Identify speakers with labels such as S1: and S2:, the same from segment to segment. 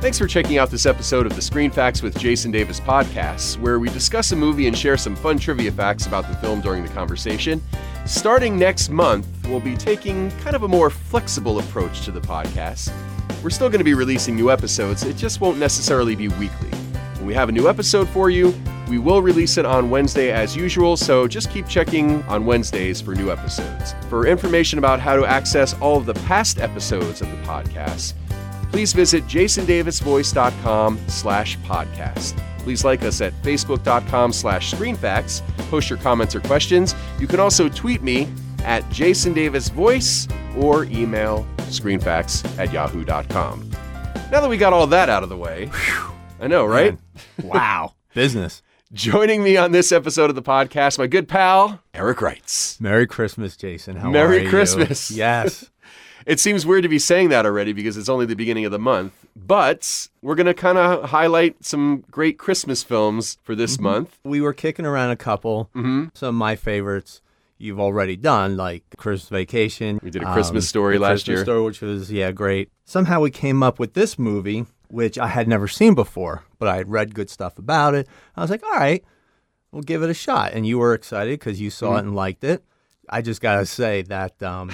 S1: Thanks for checking out this episode of the Screen Facts with Jason Davis podcast, where we discuss a movie and share some fun trivia facts about the film during the conversation. Starting next month, we'll be taking kind of a more flexible approach to the podcast. We're still going to be releasing new episodes, it just won't necessarily be weekly. When we have a new episode for you, we will release it on Wednesday as usual, so just keep checking on Wednesdays for new episodes. For information about how to access all of the past episodes of the podcast, please visit jasondavisvoice.com slash podcast. Please like us at facebook.com slash screenfacts. Post your comments or questions. You can also tweet me at jasondavisvoice or email screenfacts at yahoo.com. Now that we got all that out of the way, I know, right?
S2: Wow. Business.
S1: Joining me on this episode of the podcast, my good pal, Eric Wrights.
S2: Merry Christmas, Jason. How
S1: Merry
S2: are you?
S1: Christmas.
S2: Yes.
S1: It seems weird to be saying that already because it's only the beginning of the month, but we're going to kind of highlight some great Christmas films for
S2: Mm-hmm.
S1: this month.
S2: we were kicking around a couple.
S1: Mm-hmm.
S2: Some of my favorites you've already done, like Christmas Vacation. We
S1: did A Christmas Story last year.
S2: Story, which was, yeah, great. Somehow we came up with this movie, which I had never seen before, but I had read good stuff about it. I was like, all right, we'll give it a shot. And you were excited because you saw it
S1: Mm-hmm.
S2: and liked it. I just got to say that um,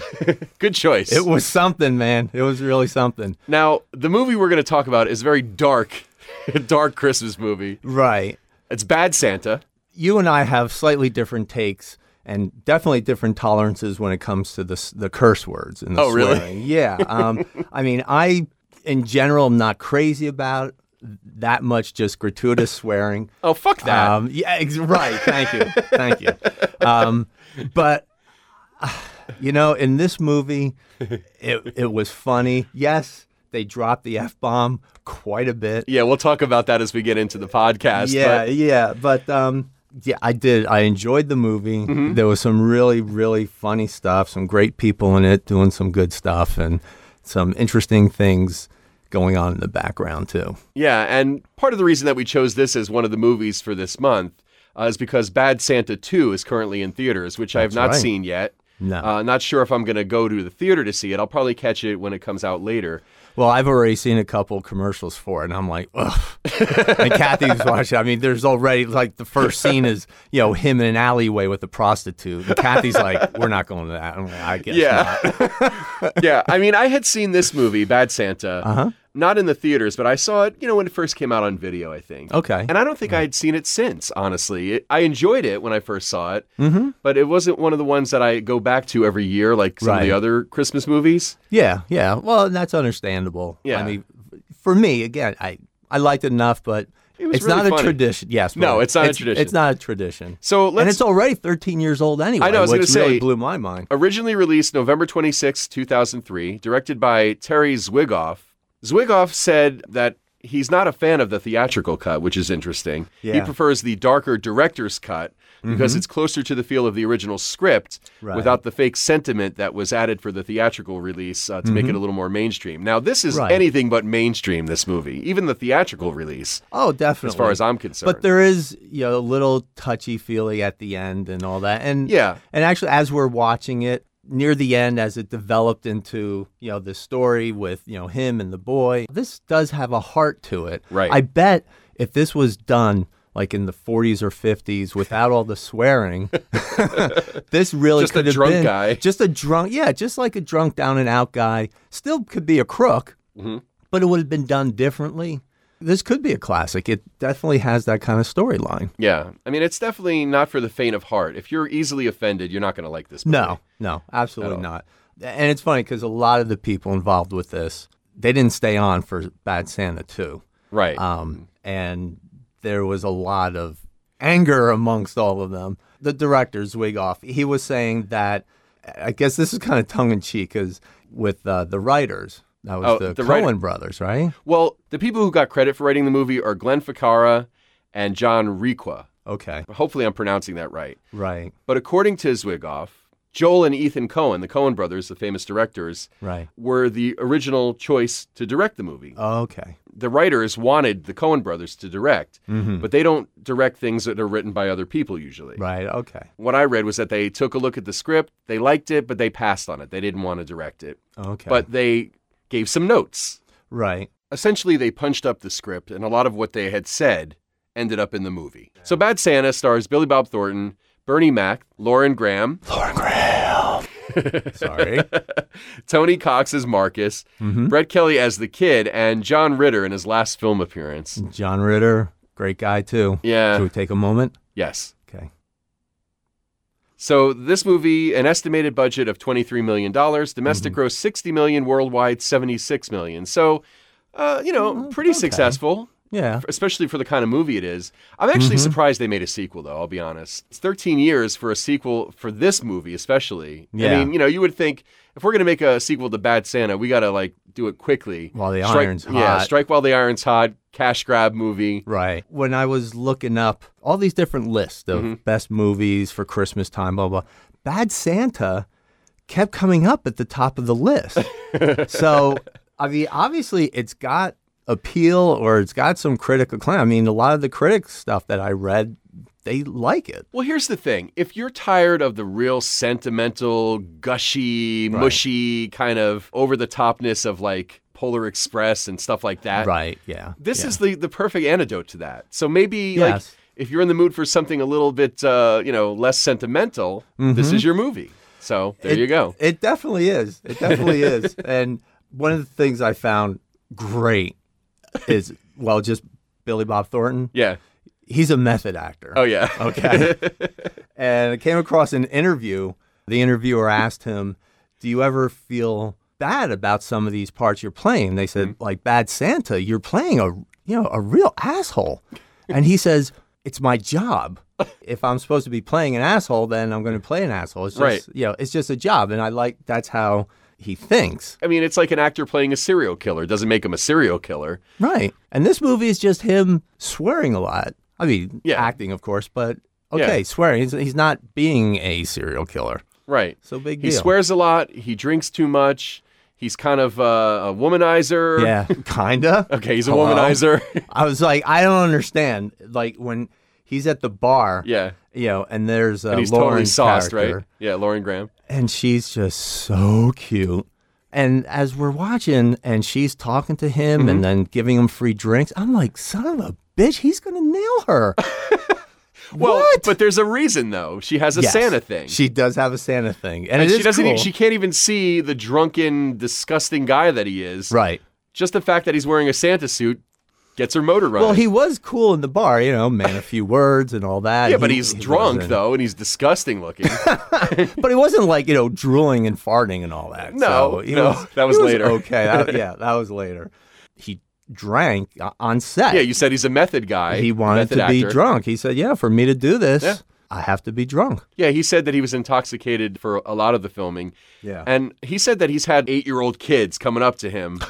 S1: Good choice.
S2: it was something, man. It was really something.
S1: now, the movie we're going to talk about is a very dark, dark Christmas movie.
S2: Right.
S1: It's Bad Santa.
S2: you and I have slightly different takes and definitely different tolerances when it comes to the s- the curse words and the
S1: Oh, really?
S2: swearing. Yeah. Um, I mean, I in general am not crazy about that much just gratuitous swearing.
S1: Oh, fuck that.
S2: Um, yeah, ex- right. Thank you. Thank you. Um, but uh, you know, in this movie, it it was funny. Yes, they dropped the f bomb quite a bit.
S1: yeah, we'll talk about that as we get into the podcast.
S2: Yeah,
S1: but
S2: yeah, but um, yeah, I did. I enjoyed the movie.
S1: Mm-hmm.
S2: There was some really, really funny stuff. Some great people in it doing some good stuff, and some interesting things going on in the background too.
S1: Yeah, and part of the reason that we chose this as one of the movies for this month uh, is because Bad Santa 2 is currently in theaters, which I have not
S2: right.
S1: seen yet.
S2: No.
S1: Uh, not sure if I'm going to go to the theater to see it. I'll probably catch it when it comes out later.
S2: Well, I've already seen a couple commercials for it, and I'm like, ugh. and Kathy's watching. I mean, there's already like the first scene is you know him in an alleyway with a prostitute, and Kathy's like, "We're not going to that." I'm like, I guess.
S1: Yeah. yeah. I mean, I had seen this movie, Bad Santa, uh-huh. not in the theaters, but I saw it, you know, when it first came out on video, I think.
S2: Okay.
S1: And I don't think I had seen it since, honestly. It, I enjoyed it when I first saw it, mm-hmm. but it wasn't one of the ones that I go back to every year, like some of the
S2: Right.
S1: other Christmas movies.
S2: Yeah, yeah. Well, and that's understandable.
S1: Yeah.
S2: I mean, for me, again, I I liked it enough, but
S1: It was
S2: it's
S1: really
S2: not
S1: funny.
S2: a tradition. Yes.
S1: No,
S2: right.
S1: it's not a tradition.
S2: It's not a tradition.
S1: So let's.
S2: and it's already 13 years old anyway.
S1: I know, I was
S2: which
S1: gonna
S2: really
S1: say-
S2: blew my mind.
S1: Originally released November 26, 2003, directed by Terry Zwigoff. Zwigoff said that he's not a fan of the theatrical cut, which is interesting. He
S2: Yeah. Mm-hmm.
S1: prefers the darker director's cut because it's closer to the feel of the original script
S2: Right.
S1: without the fake sentiment that was added for the theatrical release uh, to make it a little more mainstream. Now, this is
S2: Mm-hmm. Right.
S1: anything but mainstream, this movie, even the theatrical release,
S2: Oh,
S1: as
S2: definitely.
S1: far as I'm concerned.
S2: But there is, you know, a little touchy feely at the end and all that. And
S1: Yeah.
S2: and actually, as we're watching it near the end, as it developed into, you know, the story with you know him and the boy, this does have a heart to it.
S1: Right.
S2: I bet if this was done like in the 40s or 50s without all the swearing, this really
S1: Just a
S2: could have
S1: drunk
S2: been
S1: guy.
S2: just a drunk, yeah, just like a drunk down and out guy. Still could be a crook
S1: Mm-hmm.
S2: but it would have been done differently. This could be a classic. It definitely has that kind of storyline.
S1: yeah. I mean, it's definitely not for the faint of heart. If you're easily offended, you're not going to like this movie.
S2: No, no, absolutely not. And it's funny because a lot of the people involved with this, they didn't stay on for Bad Santa too,
S1: Right.
S2: um, and there was a lot of anger amongst all of them. The director Zwigoff, he was saying that. I guess this is kind of tongue in cheek because with uh, the writers, that was
S1: Oh,
S2: the,
S1: the
S2: Cohen
S1: writer-
S2: brothers, right?
S1: Well, the people who got credit for writing the movie are Glenn Ficarra and John Requa.
S2: Okay,
S1: Hopefully, I'm pronouncing that right.
S2: right,
S1: But according to Zwigoff, Joel and Ethan Cohen, the Cohen brothers, the famous directors,
S2: right.
S1: were the original choice to direct the movie.
S2: Okay,
S1: The writers wanted the Cohen brothers to direct, but they don't direct things that are written by other people usually.
S2: Mm-hmm. right. Okay,
S1: What I read was that they took a look at the script, they liked it, but they passed on it. They didn't want to direct it.
S2: okay.
S1: But they gave some notes
S2: Right.
S1: essentially they punched up the script and a lot of what they had said ended up in the movie. So Bad Santa stars Billy Bob Thornton, Bernie Mac, Lauren Graham,
S2: Lauren Graham. Sorry. Mm-hmm.
S1: Tony Cox as Marcus,
S2: Hmm?
S1: Brett Kelly as the kid, and John Ritter in his last film appearance.
S2: John Ritter, great guy too.
S1: Yeah.
S2: Should we take a moment?
S1: Yes.
S2: Okay.
S1: So this movie, an estimated budget of $23 million, domestic gross 60 million, worldwide 76 million. So, uh, you know, pretty
S2: okay.
S1: successful.
S2: Yeah.
S1: especially for the kind of movie it is. I'm
S2: Mm-hmm.
S1: actually surprised they made a sequel, though. I'll be honest. It's 13 years for a sequel for this movie, especially. I
S2: Yeah.
S1: mean, you know, you would think if we're gonna make a sequel to Bad Santa, we gotta like do it quickly
S2: While the
S1: Strike-
S2: iron's
S1: Yeah,
S2: hot.
S1: strike while the iron's hot. Cash grab movie.
S2: Right. When I was looking up all these different lists of
S1: Mm-hmm.
S2: best movies for Christmas time, blah, blah, Bad Santa kept coming up at the top of the list. so, I mean, obviously it's got appeal or it's got some critical acclaim. I mean, a lot of the critics' stuff that I read, they like it.
S1: Well, here's the thing: if you're tired of the real sentimental, gushy, mushy kind of over the topness of like Polar Express and stuff like that,
S2: Right. Yeah.
S1: This is the the perfect antidote to that. So maybe like
S2: Yes.
S1: if you're in the mood for something a little bit uh, you know less sentimental, this is your movie. So there
S2: Mm-hmm. It-
S1: you go.
S2: It definitely is. It definitely is. And one of the things I found great is, well, just Billy Bob Thornton.
S1: Yeah.
S2: He's a method actor.
S1: Oh yeah.
S2: Okay. and I came across an interview. The interviewer asked him, Do you ever feel bad about some of these parts you're playing? They said, like Bad Santa, you're playing a you know, a real asshole. And he says, It's my job. If I'm supposed to be playing an asshole, then I'm gonna play an asshole. It's just
S1: Right.
S2: you know, it's just a job. And I like that's how he thinks.
S1: I mean, it's like an actor playing a serial killer. It doesn't make him a serial killer.
S2: Right. And this movie is just him swearing a lot. I mean,
S1: Yeah.
S2: acting, of course, but
S1: Yeah.
S2: okay, swearing. He's, he's not being a serial killer.
S1: Right.
S2: So big
S1: He
S2: deal.
S1: swears a lot. He drinks too much. He's kind of uh, a womanizer.
S2: Yeah, kinda.
S1: Okay, he's a
S2: Hello?
S1: womanizer.
S2: I was like, I don't understand. Like when he's at the bar,
S1: yeah.
S2: you know, and there's uh,
S1: And he's totally
S2: Lauren's
S1: sauced,
S2: character,
S1: right? Yeah, Lauren Graham.
S2: and she's just so cute. And as we're watching, and she's talking to him,
S1: Mm-hmm.
S2: and then giving him free drinks, I'm like, son of a bitch, he's gonna nail her.
S1: Well,
S2: What?
S1: but there's a reason though. She has a
S2: Yes,
S1: Santa thing.
S2: She does have a Santa thing, and, it
S1: she
S2: is
S1: doesn't.
S2: cool.
S1: e- she can't even see the drunken, disgusting guy that he is.
S2: right.
S1: Just the fact that he's wearing a Santa suit gets her motor running.
S2: Well, he was cool in the bar, you know, man, a few words and all that.
S1: yeah, but
S2: He-
S1: he's
S2: he
S1: drunk
S2: wasn't-
S1: though, and he's disgusting looking.
S2: But it wasn't like you know drooling and farting and all that.
S1: No,
S2: so he
S1: no, that was
S2: he
S1: later.
S2: okay, that- yeah, that was later. He drank o- on set.
S1: yeah, you said he's a method guy.
S2: he wanted
S1: method
S2: to be
S1: actor.
S2: drunk. He said, "Yeah, for me to do this,
S1: Yeah.
S2: I have to be drunk."
S1: Yeah, he said that he was intoxicated for a lot of the filming,
S2: Yeah,
S1: and he said that he's had eight-year-old kids coming up to him,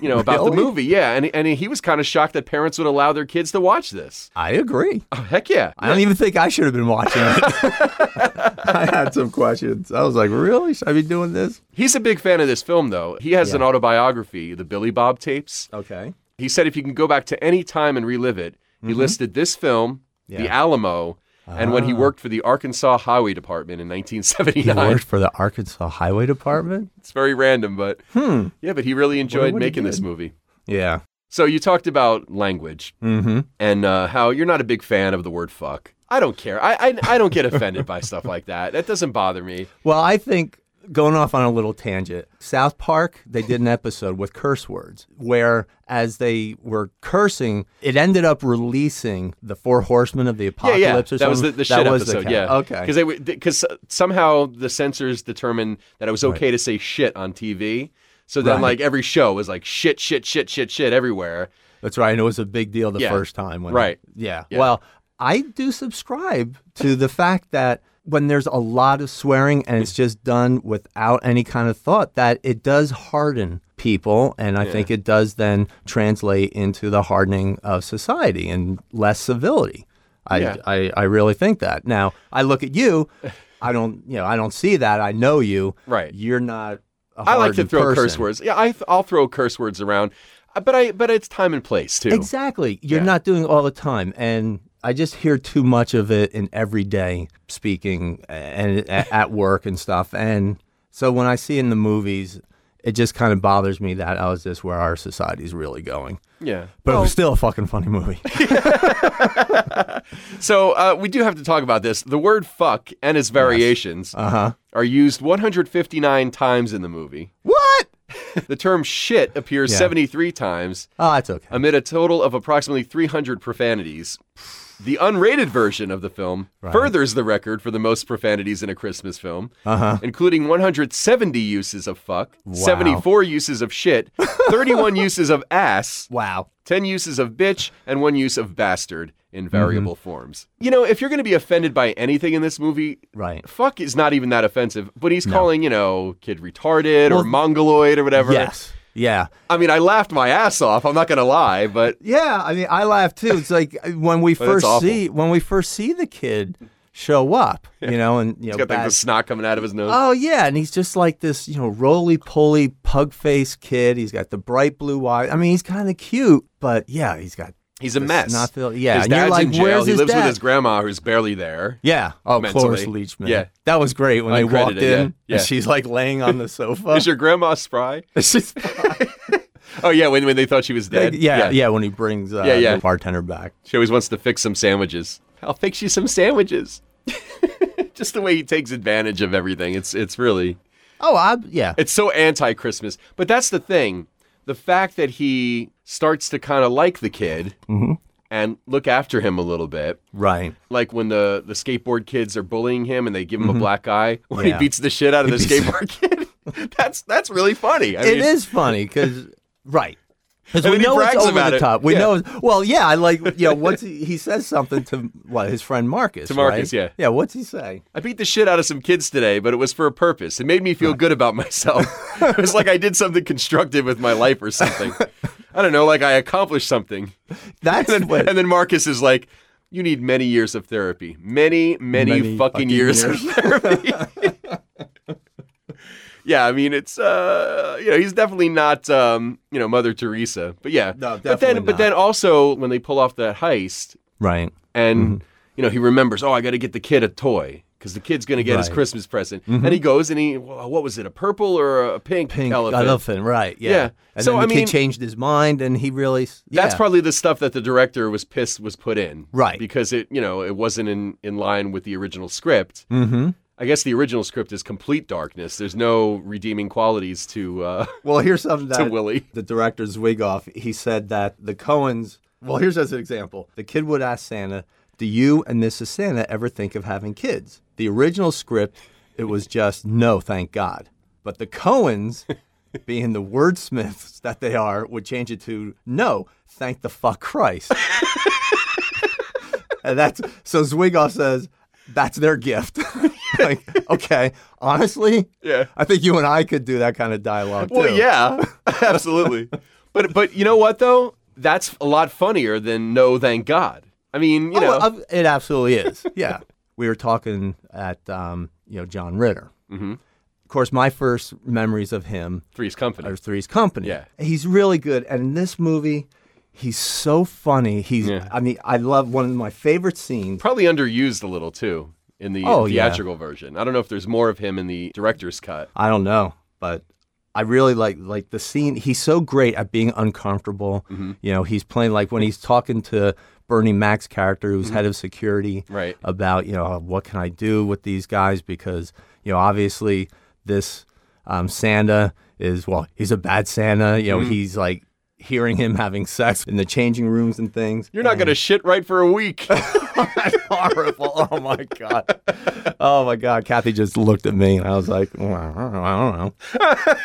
S1: you know, about the
S2: Really?
S1: movie. Yeah, and and he was kind of shocked that parents would allow their kids to watch this.
S2: I agree.
S1: Oh, heck yeah!
S2: I don't even think I should have been watching it. I had some questions. I was like, "Really? Should I be doing this?"
S1: He's a big fan of this film, though. He has an autobiography, the Billy Bob tapes.
S2: Okay.
S1: He said if you can go back to any time and relive it, he listed this film, The
S2: Mm-hmm. Yeah. Ah.
S1: Alamo, and when he worked for the Arkansas Highway Department in
S2: He
S1: 1979.
S2: worked for the Arkansas Highway Department.
S1: It's very random, but
S2: Hmm.
S1: yeah, but he really enjoyed
S2: what he
S1: making this
S2: did.
S1: movie.
S2: Yeah.
S1: So you talked about language
S2: Mm-hmm.
S1: and uh, how you're not a big fan of the word fuck. I don't care. I, I, I don't get offended by stuff like that. That doesn't bother me.
S2: Well, I think going off on a little tangent, South Park, they did an episode with curse words where as they were cursing, it ended up releasing the Four Horsemen of the Apocalypse
S1: yeah, yeah.
S2: or something.
S1: That was the, the shit
S2: was
S1: episode.
S2: ca-
S1: yeah.
S2: Okay.
S1: Because because somehow the censors determined that it was okay to say shit on TV. So then,
S2: Right.
S1: like every show was like shit, shit, shit, shit, shit everywhere.
S2: That's right. And it was a big deal the
S1: Yeah.
S2: first time. When
S1: Right.
S2: yeah.
S1: Yeah.
S2: Well, I do subscribe to the fact that when there's a lot of swearing and it's just done without any kind of thought, that it does harden people. And I think it does then translate into the hardening of society and less civility. I,
S1: Yeah.
S2: I, I really think that. Now, I look at you. I don't, you know, I don't see that. I know you.
S1: Right.
S2: You're not. a
S1: I like to
S2: hardened
S1: throw
S2: person.
S1: curse words. Yeah, I th- I'll throw curse words around, uh, but I but it's time and place too.
S2: Exactly. You're not doing it all the time. And I just hear too much of it in everyday speaking and a- at work and stuff. And so when I see in the movies, it just kind of bothers me that how is this where our society's really going?
S1: Yeah.
S2: But it
S1: Well,
S2: was still a fucking funny movie.
S1: so uh, we do have to talk about this. The word fuck and its variations
S2: Uh huh.
S1: are used 159 times in the movie.
S2: What?
S1: The term shit appears
S2: Yeah.
S1: 73 times
S2: Oh, that's okay.
S1: amid a total of approximately 300 profanities. The unrated version of the film furthers the record for the most profanities in a Christmas film,
S2: Uh-huh.
S1: including 170 uses of fuck, 74 uses of shit, 31 uses of ass,
S2: Wow.
S1: 10 uses of bitch, and one use of bastard
S2: Mm-hmm.
S1: in variable forms. You know, if you're going to be offended by anything in this movie,
S2: Right.
S1: fuck is not even that offensive, but he's calling, you know, kid retarded or mongoloid or whatever.
S2: Yes. Yeah.
S1: I mean, I laughed my ass off. I'm not going to lie, but
S2: Yeah, I mean, I laugh too. It's like uh, when we
S1: it's
S2: first
S1: awful.
S2: see when we first see the kid show up, you know, and you know,
S1: he's got like, the
S2: bad-
S1: snot coming out of his nose.
S2: oh yeah, and he's just like this, you know, roly poly pug faced kid. He's got the bright blue eyes. I mean, he's kind of cute, but yeah, he's got
S1: he's a mess.
S2: Not feel, yeah,
S1: his
S2: and you're
S1: dad's
S2: like,
S1: in jail.
S2: where's
S1: He
S2: his
S1: lives
S2: dad?
S1: with his grandma, who's barely there.
S2: yeah, oh, Cloris
S1: mentally.
S2: Leachman.
S1: Yeah.
S2: that was great when they
S1: Uncredited,
S2: walked in.
S1: yeah, yeah.
S2: And she's like laying on the sofa.
S1: Is your grandma spry?
S2: She's-
S1: Oh, yeah, when, when they thought she was
S2: yeah,
S1: dead.
S2: yeah, When he brings uh,
S1: Yeah, yeah.
S2: the bartender back.
S1: She always wants to fix some sandwiches. I'll fix you some sandwiches. Just the way he takes advantage of everything. It's it's really
S2: Oh, I yeah,
S1: it's so anti-Christmas. But that's the thing. The fact that he starts to kind of like the kid
S2: Mm-hmm.
S1: and look after him a little bit.
S2: right.
S1: Like when the, the skateboard kids are bullying him and they give him a black eye when
S2: Mm-hmm. Yeah.
S1: he beats the shit out of the
S2: beats-
S1: skateboard kid. that's that's really funny. I
S2: It
S1: mean,
S2: is funny because right. Because
S1: And
S2: we
S1: then he
S2: know it's
S1: brags
S2: over
S1: about
S2: the
S1: it.
S2: top. We
S1: Yeah.
S2: know. it's- Well, yeah, I like. Yeah, what's he, he says something to what his friend Marcus.
S1: To Marcus,
S2: right?
S1: yeah.
S2: Yeah, what's he say?
S1: I beat the shit out of some kids today, but it was for a purpose. It made me feel good about myself. it was like I did something constructive with my life or something. I don't know, like I accomplished something.
S2: That's
S1: And
S2: what.
S1: then, and then Marcus is like, You need many years of therapy. Many, many, fucking,
S2: Many fucking
S1: years, of
S2: years."
S1: therapy. yeah, I mean, it's, uh, you know, he's definitely not, um, you know, Mother Teresa. But yeah.
S2: No,
S1: but
S2: definitely
S1: then, but
S2: not.
S1: then also when they pull off that heist,
S2: right.
S1: and
S2: Mm-hmm.
S1: you know he remembers oh i got to get the kid a toy because the kid's going to get his
S2: Right. Mm-hmm.
S1: christmas present and he goes and he well, what was it a purple or a pink,
S2: Pink
S1: elephant
S2: elephant, right? Yeah.
S1: Yeah.
S2: And
S1: So,
S2: then the
S1: I mean-
S2: kid changed his mind, and he really. s-
S1: that's
S2: yeah.
S1: probably the stuff that the director was pissed was put in
S2: Right.
S1: because it you know it wasn't in, in line with the original script
S2: Mm-hmm.
S1: i guess the original script is complete darkness there's no redeeming qualities to uh
S2: Well, here's something
S1: to
S2: that
S1: willie
S2: the director Zwigoff, he said that the Cohens. Well, here's as an example. The kid would ask Santa, "Do you and Mrs. Santa ever think of having kids?" The original script, it was just no, thank God. But the Cohens, being the wordsmiths that they are, would change it to no, thank the fuck Christ. and that's so Zwigoff says that's their gift. like, okay, honestly,
S1: Yeah.
S2: I think you and I could do that kind of dialogue
S1: well
S2: too.
S1: yeah absolutely but but you know what though that's a lot funnier than no thank god i mean you
S2: Oh,
S1: know
S2: of- it absolutely is. Yeah, we were talking at um, you know John Ritter. Mm-hmm. Of course, my first memories of him
S1: three's company
S2: are Three's Company.
S1: Yeah.
S2: he's really good, and in this movie, he's so funny. He's,
S1: Yeah.
S2: I mean, I love one of my favorite scenes.
S1: probably underused a little too in the
S2: Oh, yeah.
S1: theatrical version. I don't know if there's more of him in the director's cut.
S2: I don't know, but I really like like the scene. He's so great at being uncomfortable.
S1: Mm-hmm.
S2: You know, he's playing like when he's talking to Bernie Mac's character, who's
S1: Mm-hmm.
S2: head of security,
S1: Right.
S2: About you know what can I do with these guys because you know obviously this um, Santa is well he's a bad Santa. You know he's like hearing him having sex in the changing rooms and things.
S1: You're not going to shit right for a week.
S2: That's horrible. Oh my god. Oh my god. Kathy just looked at me and I was like, "Well, I don't know. I don't know.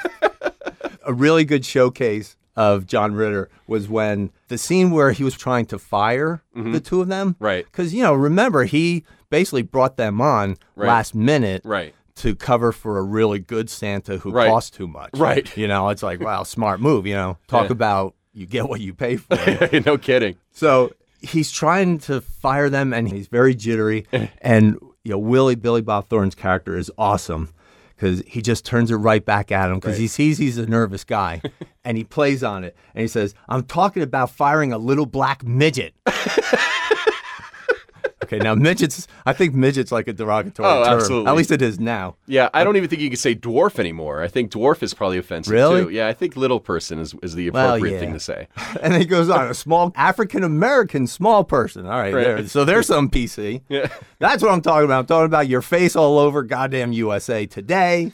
S2: A really good showcase of John Ritter was when the scene where he was trying to fire the two of them.
S1: Right.
S2: Because you know, remember he basically brought them on
S1: Right.
S2: last minute.
S1: right.
S2: To cover for a really good Santa who
S1: Right.
S2: costs too much.
S1: Right.
S2: You know, it's like, wow, smart move. You know, talk
S1: Yeah.
S2: about you get what you pay for.
S1: no kidding.
S2: So he's trying to fire them, and he's very jittery. and you know, Willie Billy Bob Thornton's character is awesome because he just turns it right back at him because he sees he's a nervous guy, and he plays on it, and he says, "I'm talking about firing a little black midget." Okay, now midgets. I think midgets like a derogatory
S1: Oh,
S2: term.
S1: absolutely.
S2: At least it is now.
S1: Yeah, I don't even think you can say dwarf anymore. I think dwarf is probably offensive
S2: Really?
S1: too. Yeah, I think little person is, is the
S2: Well,
S1: appropriate thing
S2: yeah.
S1: to say.
S2: And then he goes on a small African American small person. All right,
S1: Right.
S2: there, so there's some PC.
S1: Yeah.
S2: That's what I'm talking about. I'm talking about your face all over goddamn USA today.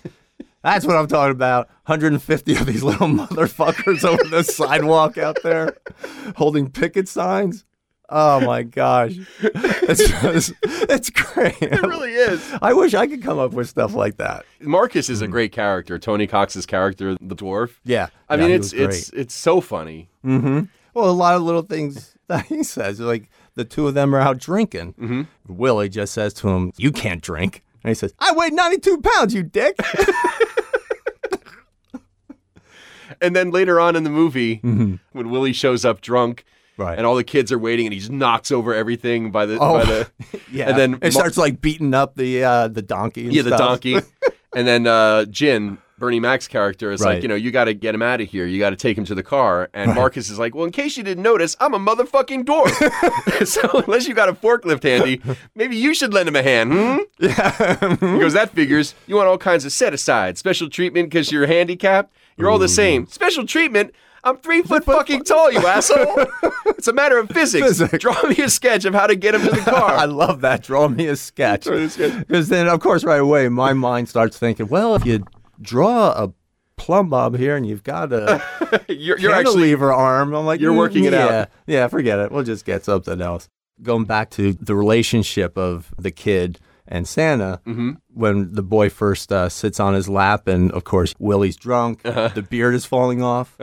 S2: That's what I'm talking about. 150 of these little motherfuckers over the sidewalk out there holding picket signs. Oh my gosh. It's, just, it's great.
S1: It really is.
S2: I wish I could come up with stuff like that.
S1: Marcus is a great character. Tony Cox's character, the dwarf.
S2: Hmm. Yeah.
S1: I
S2: Yeah,
S1: mean,
S2: he
S1: it's
S2: was great.
S1: it's it's so funny.
S2: Well, a lot of little things that he says, like the two of them are out drinking. Mm-hmm. Willie just says to him, "You can't drink," and he says, "I weigh ninety-two pounds, you dick."
S1: And then later on in the movie,
S2: Mm-hmm.
S1: when Willie shows up drunk,
S2: Right.
S1: and all the kids are waiting, and he just knocks over everything by the by the
S2: Oh. yeah.
S1: and then
S2: it starts like beating up the uh, the donkey. And
S1: yeah the
S2: stuff.
S1: donkey, and then uh, Jin. Bernie Mac's character is like,
S2: Right.
S1: you know, you got to get him out of here. You got to take him to the car. And Marcus is like, well, in case you didn't notice, I'm a motherfucking dwarf. so unless you got a forklift handy, maybe you should lend him a hand. Hmm?
S2: hmm?
S1: He goes, that figures. You want all kinds of set aside, special treatment because you're handicapped. You're all the same. Special treatment. I'm three foot fucking tall, you asshole. It's a matter of physics.
S2: Physics.
S1: Draw me a sketch of how to get him to the
S2: I
S1: car.
S2: love that. Draw me a sketch.
S1: Draw me a sketch.
S2: Because then, of course, right away, my mind starts thinking, well, if you draw a plumb bob here and you've got a
S1: You're, you're actually
S2: cantilever arm, I'm like,
S1: you're
S2: "Mm,
S1: working it out."
S2: yeah, Yeah, forget it. We'll just get something else. Going back to the relationship of the kid and Santa,
S1: Mm-hmm.
S2: when the boy first uh, sits on his lap, and of course, Willie's drunk,
S1: Uh-huh.
S2: the beard is falling off.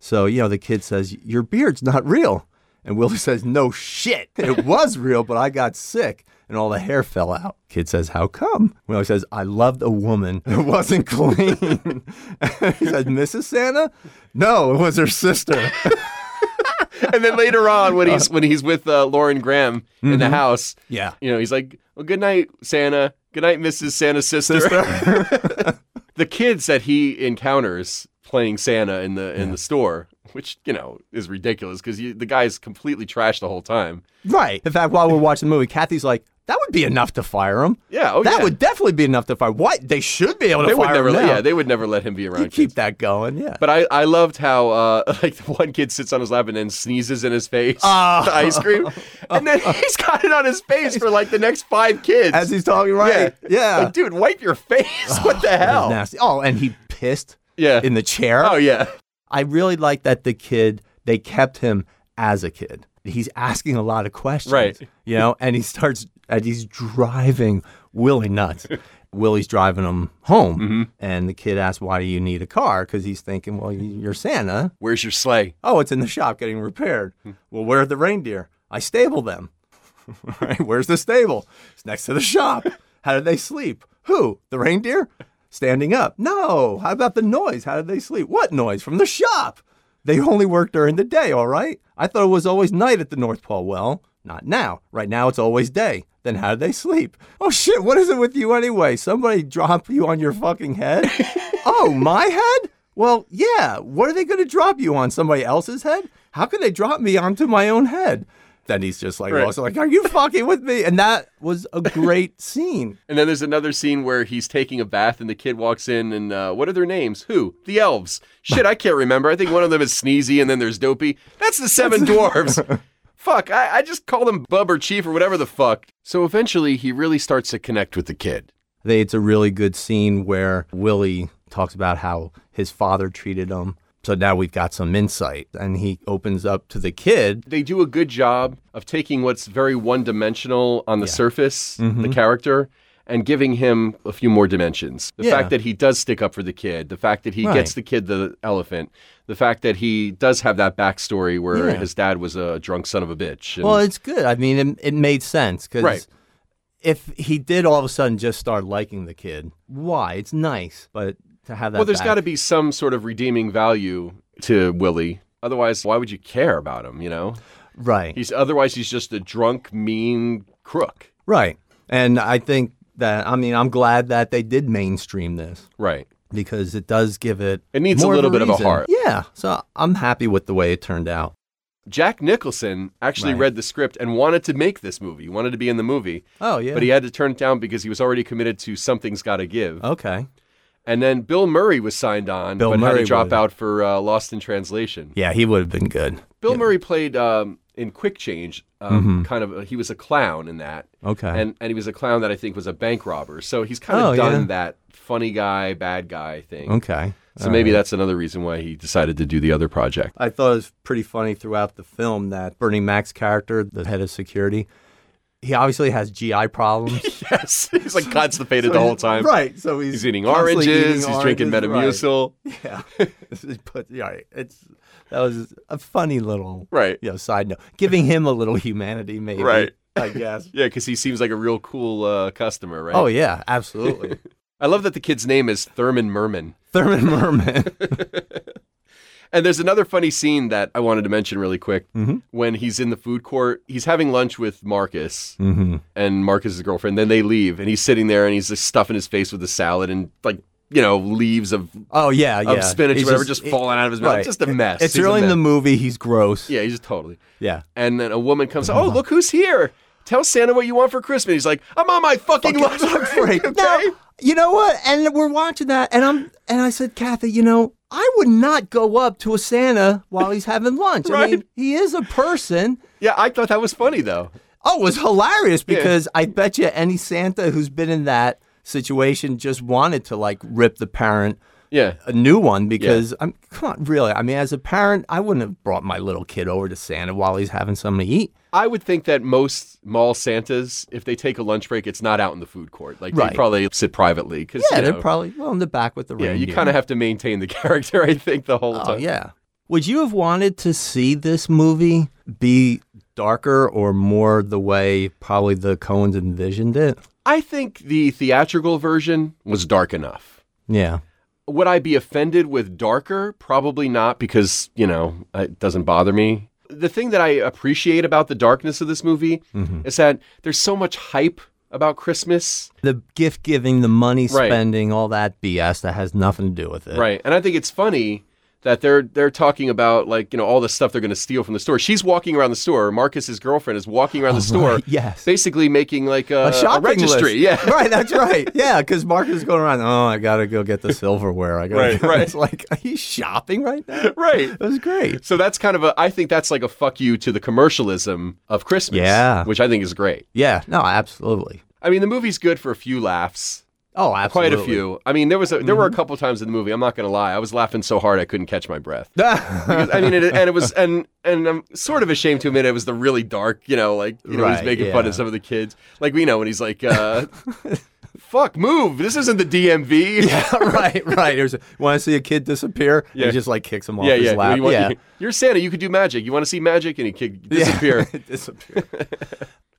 S2: So, you know, the kid says, Your beard's not real. And Willie says, No shit. It was real, but I got sick and all the hair fell out. Kid says, How come? Willie says, I loved a woman. It wasn't clean. he says, Mrs. Santa? No, it was her sister.
S1: and then later on when he's when he's with uh, Lauren Graham in the house,
S2: Mm-hmm. Yeah.
S1: you know, he's like, "Well, good night, Santa. Good night, Mrs. Santa's sister." the kids that he encounters playing Santa in the in the store, which you know is ridiculous because the guy's completely trashed the whole time.
S2: Right. In fact, while we're watching the movie, Kathy's like, that would be enough to fire him.
S1: Yeah, oh,
S2: that
S1: yeah.
S2: would definitely be enough to fire. What? They should be able to
S1: They would
S2: fire
S1: never,
S2: him.
S1: let,
S2: now.
S1: yeah, they would never let him be
S2: You
S1: around.
S2: keep
S1: kids.
S2: that going. Yeah.
S1: But I, I loved how uh, like the one kid sits on his lap and then sneezes in his face
S2: Oh.
S1: the ice cream, and then he's got it on his face for like the next five kids.
S2: as he's talking, right? Yeah.
S1: Like, dude, wipe your face. what the
S2: That was
S1: hell?
S2: Nasty. Oh, and he pissed
S1: Yeah.
S2: in the chair.
S1: oh, yeah.
S2: I really like that the kid, they kept him as a kid. He's asking a lot of questions.
S1: Right.
S2: You know, and he starts, and he's driving Willie nuts. Willie's driving him home.
S1: Mm-hmm.
S2: And the kid asks, Why do you need a car? Because he's thinking, Well, you're Santa.
S1: Where's your sleigh?
S2: Oh, it's in the shop getting repaired. Well, where are the reindeer? I stable them. right, where's the stable? It's next to the shop. How did they sleep? Who? The reindeer? Standing up. No. How about the noise? How did they sleep? What noise? From the shop. They only work during the day, all right? I thought it was always night at the North Pole. Well, not now. Right now it's always day. Then how do they sleep? Oh shit, what is it with you anyway? Somebody drop you on your fucking head? oh, my head? Well, yeah. What are they going to drop you on? Somebody else's head? How could they drop me onto my own head? Then he's just like,
S1: Right.
S2: lost, like, are you fucking with me? And that was a great scene.
S1: And then there's another scene where he's taking a bath and the kid walks in and uh, what are their names? Who? The elves. Shit, I can't remember. I think one of them is Sneezy and then there's Dopey. That's the seven dwarves. fuck, I, I just call them Bub or Chief or whatever the fuck. So eventually he really starts to connect with the kid.
S2: They, it's a really good scene where Willie talks about how his father treated him. So now we've got some insight. And he opens up to the kid
S1: They do a good job of taking what's very one dimensional on the surface,
S2: Mm-hmm.
S1: the character. And giving him a few more dimensions. The
S2: Yeah.
S1: fact that he does stick up for the kid, the fact that he
S2: Right.
S1: gets the kid the elephant, the fact that he does have that backstory where
S2: Yeah.
S1: his dad was a drunk son of a bitch. and-
S2: Well, it's good. I mean, it, it made sense because
S1: Right.
S2: if he did all of a sudden just start liking the kid, why? It's nice, but to have that.
S1: Well, there's
S2: back-
S1: got to be some sort of redeeming value to Willie. Otherwise, why would you care about him? You know,
S2: right,
S1: he's otherwise he's just a drunk, mean crook.
S2: right, and I think that I mean I'm glad that they did mainstream this
S1: Right.
S2: because it does give it.
S1: It needs a
S2: more
S1: little
S2: of a
S1: bit of a
S2: reason.
S1: heart.
S2: Yeah, so I'm happy with the way it turned out.
S1: Jack Nicholson actually
S2: Right.
S1: read the script and wanted to make this movie, wanted to be in the movie,
S2: Oh yeah.
S1: but he had to turn it down because he was already committed to Something's Gotta Give.
S2: okay.
S1: And then Bill Murray was signed on,
S2: Uh, Bill
S1: but had
S2: Murray
S1: to drop
S2: was.
S1: out for uh, Lost in Translation.
S2: Yeah, he would have been good.
S1: Bill Murray played um, in Quick Change,
S2: Mm-hmm.
S1: um, kind of. He was a clown in that,
S2: Okay.
S1: and and he was a clown that I think was a bank robber. So he's kind of
S2: Oh,
S1: done
S2: yeah.
S1: that funny guy, bad guy thing.
S2: okay.
S1: So maybe that's another reason why he decided to do the other project.
S2: I thought it was pretty funny throughout the film that Bernie Mac's character, the head of security, he obviously has GI problems
S1: Yes, he's like constipated the whole time.
S2: Right. So he's,
S1: He's eating
S2: constantly
S1: oranges.
S2: eating
S1: he's drinking
S2: oranges, right.
S1: Metamucil.
S2: Yeah. It put- yeah, right. It's that was a funny little
S1: Right.
S2: you know, side note. Giving him a little humanity maybe.
S1: Right.
S2: I guess.
S1: Yeah, because he seems like a real cool uh, customer, right?
S2: Oh yeah, absolutely.
S1: I love that the kid's name is Thurman Merman.
S2: Thurman Merman.
S1: And there's another funny scene that I wanted to mention really quick.
S2: Mhm.
S1: When he's in the food court, he's having lunch with Marcus
S2: mm-hmm.
S1: and Marcus's girlfriend. Then they leave, and he's sitting there and he's just stuffing his face with the salad and like you know leaves of,
S2: Oh yeah, yeah.
S1: of spinach,
S2: He's
S1: or whatever, just,
S2: it-
S1: falling out of his mouth.
S2: right.
S1: Just a mess.
S2: It's
S1: He's a
S2: early in the
S1: mess.
S2: movie. He's gross.
S1: yeah, he's just totally.
S2: Yeah.
S1: And then a woman comes. Oh, look who's here! Tell Santa what you want for Christmas. He's like, I'm on my fucking, lunch break.
S2: Now,
S1: okay?
S2: you know what? And we're watching that, and I'm and I said, Kathy, you know, I would not go up to a Santa while he's having lunch. I mean,
S1: Right.
S2: he is a person.
S1: Yeah, I thought that was funny though.
S2: Oh, it was hilarious because I bet you any Santa who's been in that situation just wanted to like rip the parent
S1: Yeah.
S2: a new one because I'm come on, really. I mean, as a parent, I wouldn't have brought my little kid over to Santa while he's having something to eat.
S1: I would think that most mall Santas, if they take a lunch break, it's not out in the food court. Like
S2: Right.
S1: they probably sit privately because
S2: Yeah,
S1: you know,
S2: they're probably well in the back with the
S1: yeah, you
S2: reindeer.
S1: kind of have to maintain the character. I think the whole
S2: Oh
S1: time.
S2: yeah. Would you have wanted to see this movie be darker or more the way probably the Coens envisioned it?
S1: I think the theatrical version was dark enough.
S2: Yeah.
S1: Would I be offended with darker? Probably not, because you know it doesn't bother me. The thing that I appreciate about the darkness of this movie
S2: Mm-hmm.
S1: is that there's so much hype about Christmas.
S2: The gift giving, the money
S1: Right.
S2: spending, all that BS that has nothing to do with it.
S1: Right. And I think it's funny that they're they're talking about like, you know, all the stuff they're gonna steal from the store. She's walking around the store. Marcus's girlfriend is walking around the store.
S2: Oh, right, yes.
S1: Basically making like uh, a,
S2: A shopping
S1: registry.
S2: list.
S1: Yeah.
S2: right, that's right. Yeah, because Mark is going around. Oh, I gotta go get the silverware. I gotta
S1: Right,
S2: go."
S1: right.
S2: It's like, are you shopping right now?
S1: right.
S2: It was great.
S1: So that's kind of a I think that's like a fuck you to the commercialism of Christmas.
S2: Yeah.
S1: Which I think is great.
S2: Yeah, no, absolutely.
S1: I mean the movie's good for a few laughs.
S2: Oh,
S1: Quite
S2: absolutely. Mm-hmm.
S1: a few. I mean, there was a, there were a couple times in the movie. I'm not gonna lie, I was laughing so hard I couldn't catch my breath.
S2: few.
S1: I mean, it, and it was, and and I'm sort of ashamed to admit it was the really dark, you know, like you know, he's
S2: Right,
S1: making fun
S2: yeah.
S1: of some of the kids, like we know when he's like, uh, "Fuck, move! This isn't the DMV." Yeah,
S2: right, right. It was, want to see a kid disappear? And
S1: Yeah.
S2: He just like kicks him off
S1: yeah,
S2: his
S1: yeah.
S2: lap.
S1: You want-
S2: yeah.
S1: You're Santa. You could do magic. You want to see magic, and he could disappear.
S2: disappear.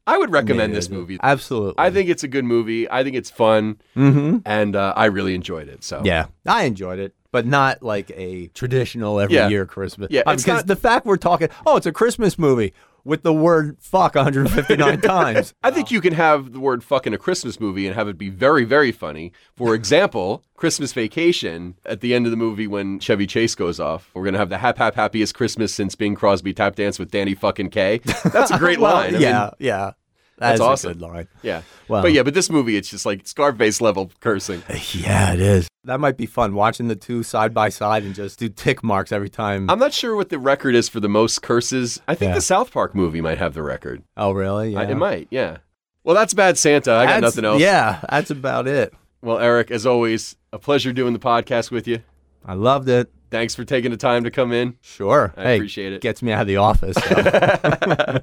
S1: I would recommend this movie.
S2: Absolutely.
S1: I think it's a good movie. I think it's fun,
S2: Mhm.
S1: and uh, I really enjoyed it. So
S2: Yeah, I enjoyed it, but not like a traditional every
S1: Yeah.
S2: year Christmas.
S1: Yeah,
S2: Uh,
S1: it's
S2: because
S1: not-
S2: the fact we're talking, oh, it's a Christmas movie with the word fuck 159 times.
S1: I think you can have the word fuck in a Christmas movie and have it be very, very funny. For example, Christmas Vacation, at the end of the movie when Chevy Chase goes off, we're going to have the hap hap happiest Christmas since Bing Crosby tap dance with Danny fucking K. That's a great
S2: Well,
S1: line. I
S2: yeah,
S1: mean,
S2: yeah.
S1: that's
S2: That's
S1: awesome.
S2: a good line.
S1: yeah.
S2: Wow.
S1: But yeah, but this movie, it's just like Scarface level cursing.
S2: Yeah, it is. That might be fun watching the two side by side and just do tick marks every time.
S1: I'm not sure what the record is for the most curses. I think
S2: Yeah.
S1: the South Park movie might have the record.
S2: oh, really? Yeah.
S1: I, it might, yeah. Well, that's Bad Santa. I got
S2: That's-
S1: nothing else.
S2: Yeah, that's about it.
S1: Well, Eric, as always, a pleasure doing the podcast with you.
S2: I loved it.
S1: Thanks for taking the time to come in.
S2: Sure.
S1: I
S2: Hey,
S1: appreciate it.
S2: Gets me out of the office. so.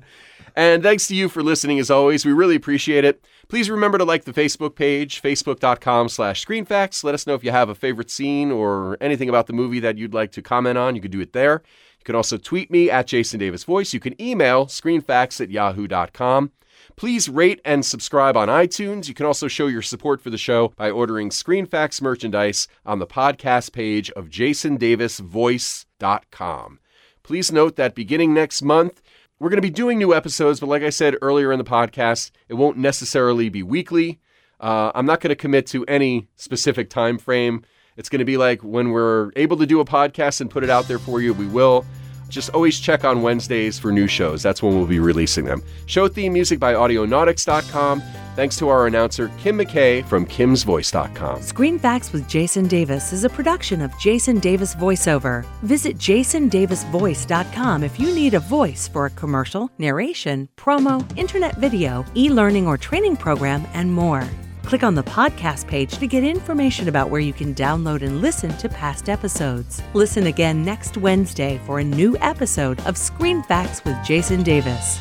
S1: And thanks to you for listening as always. We really appreciate it. Please remember to like the Facebook page, facebook.com slash screenfacts. Let us know if you have a favorite scene or anything about the movie that you'd like to comment on. You can do it there. You can also tweet me at Jason Davis Voice. You can email screenfacts at yahoo.com. Please rate and subscribe on iTunes. You can also show your support for the show by ordering ScreenFacts merchandise on the podcast page of jasondavisvoice.com. Please note that beginning next month, we're going to be doing new episodes, but like I said earlier in the podcast, it won't necessarily be weekly. Uh, I'm not going to commit to any specific time frame. It's going to be like when we're able to do a podcast and put it out there for you, we will. Just always check on Wednesdays for new shows. That's when we'll be releasing them. Show theme music by Audionautics.com. Thanks to our announcer, Kim McKay from Kim'sVoice.com.
S3: Screen Facts with Jason Davis is a production of Jason Davis VoiceOver. Visit jasondavisvoice.com if you need a voice for a commercial, narration, promo, internet video, e learning or training program, and more. Click on the podcast page to get information about where you can download and listen to past episodes. Listen again next Wednesday for a new episode of Screen Facts with Jason Davis.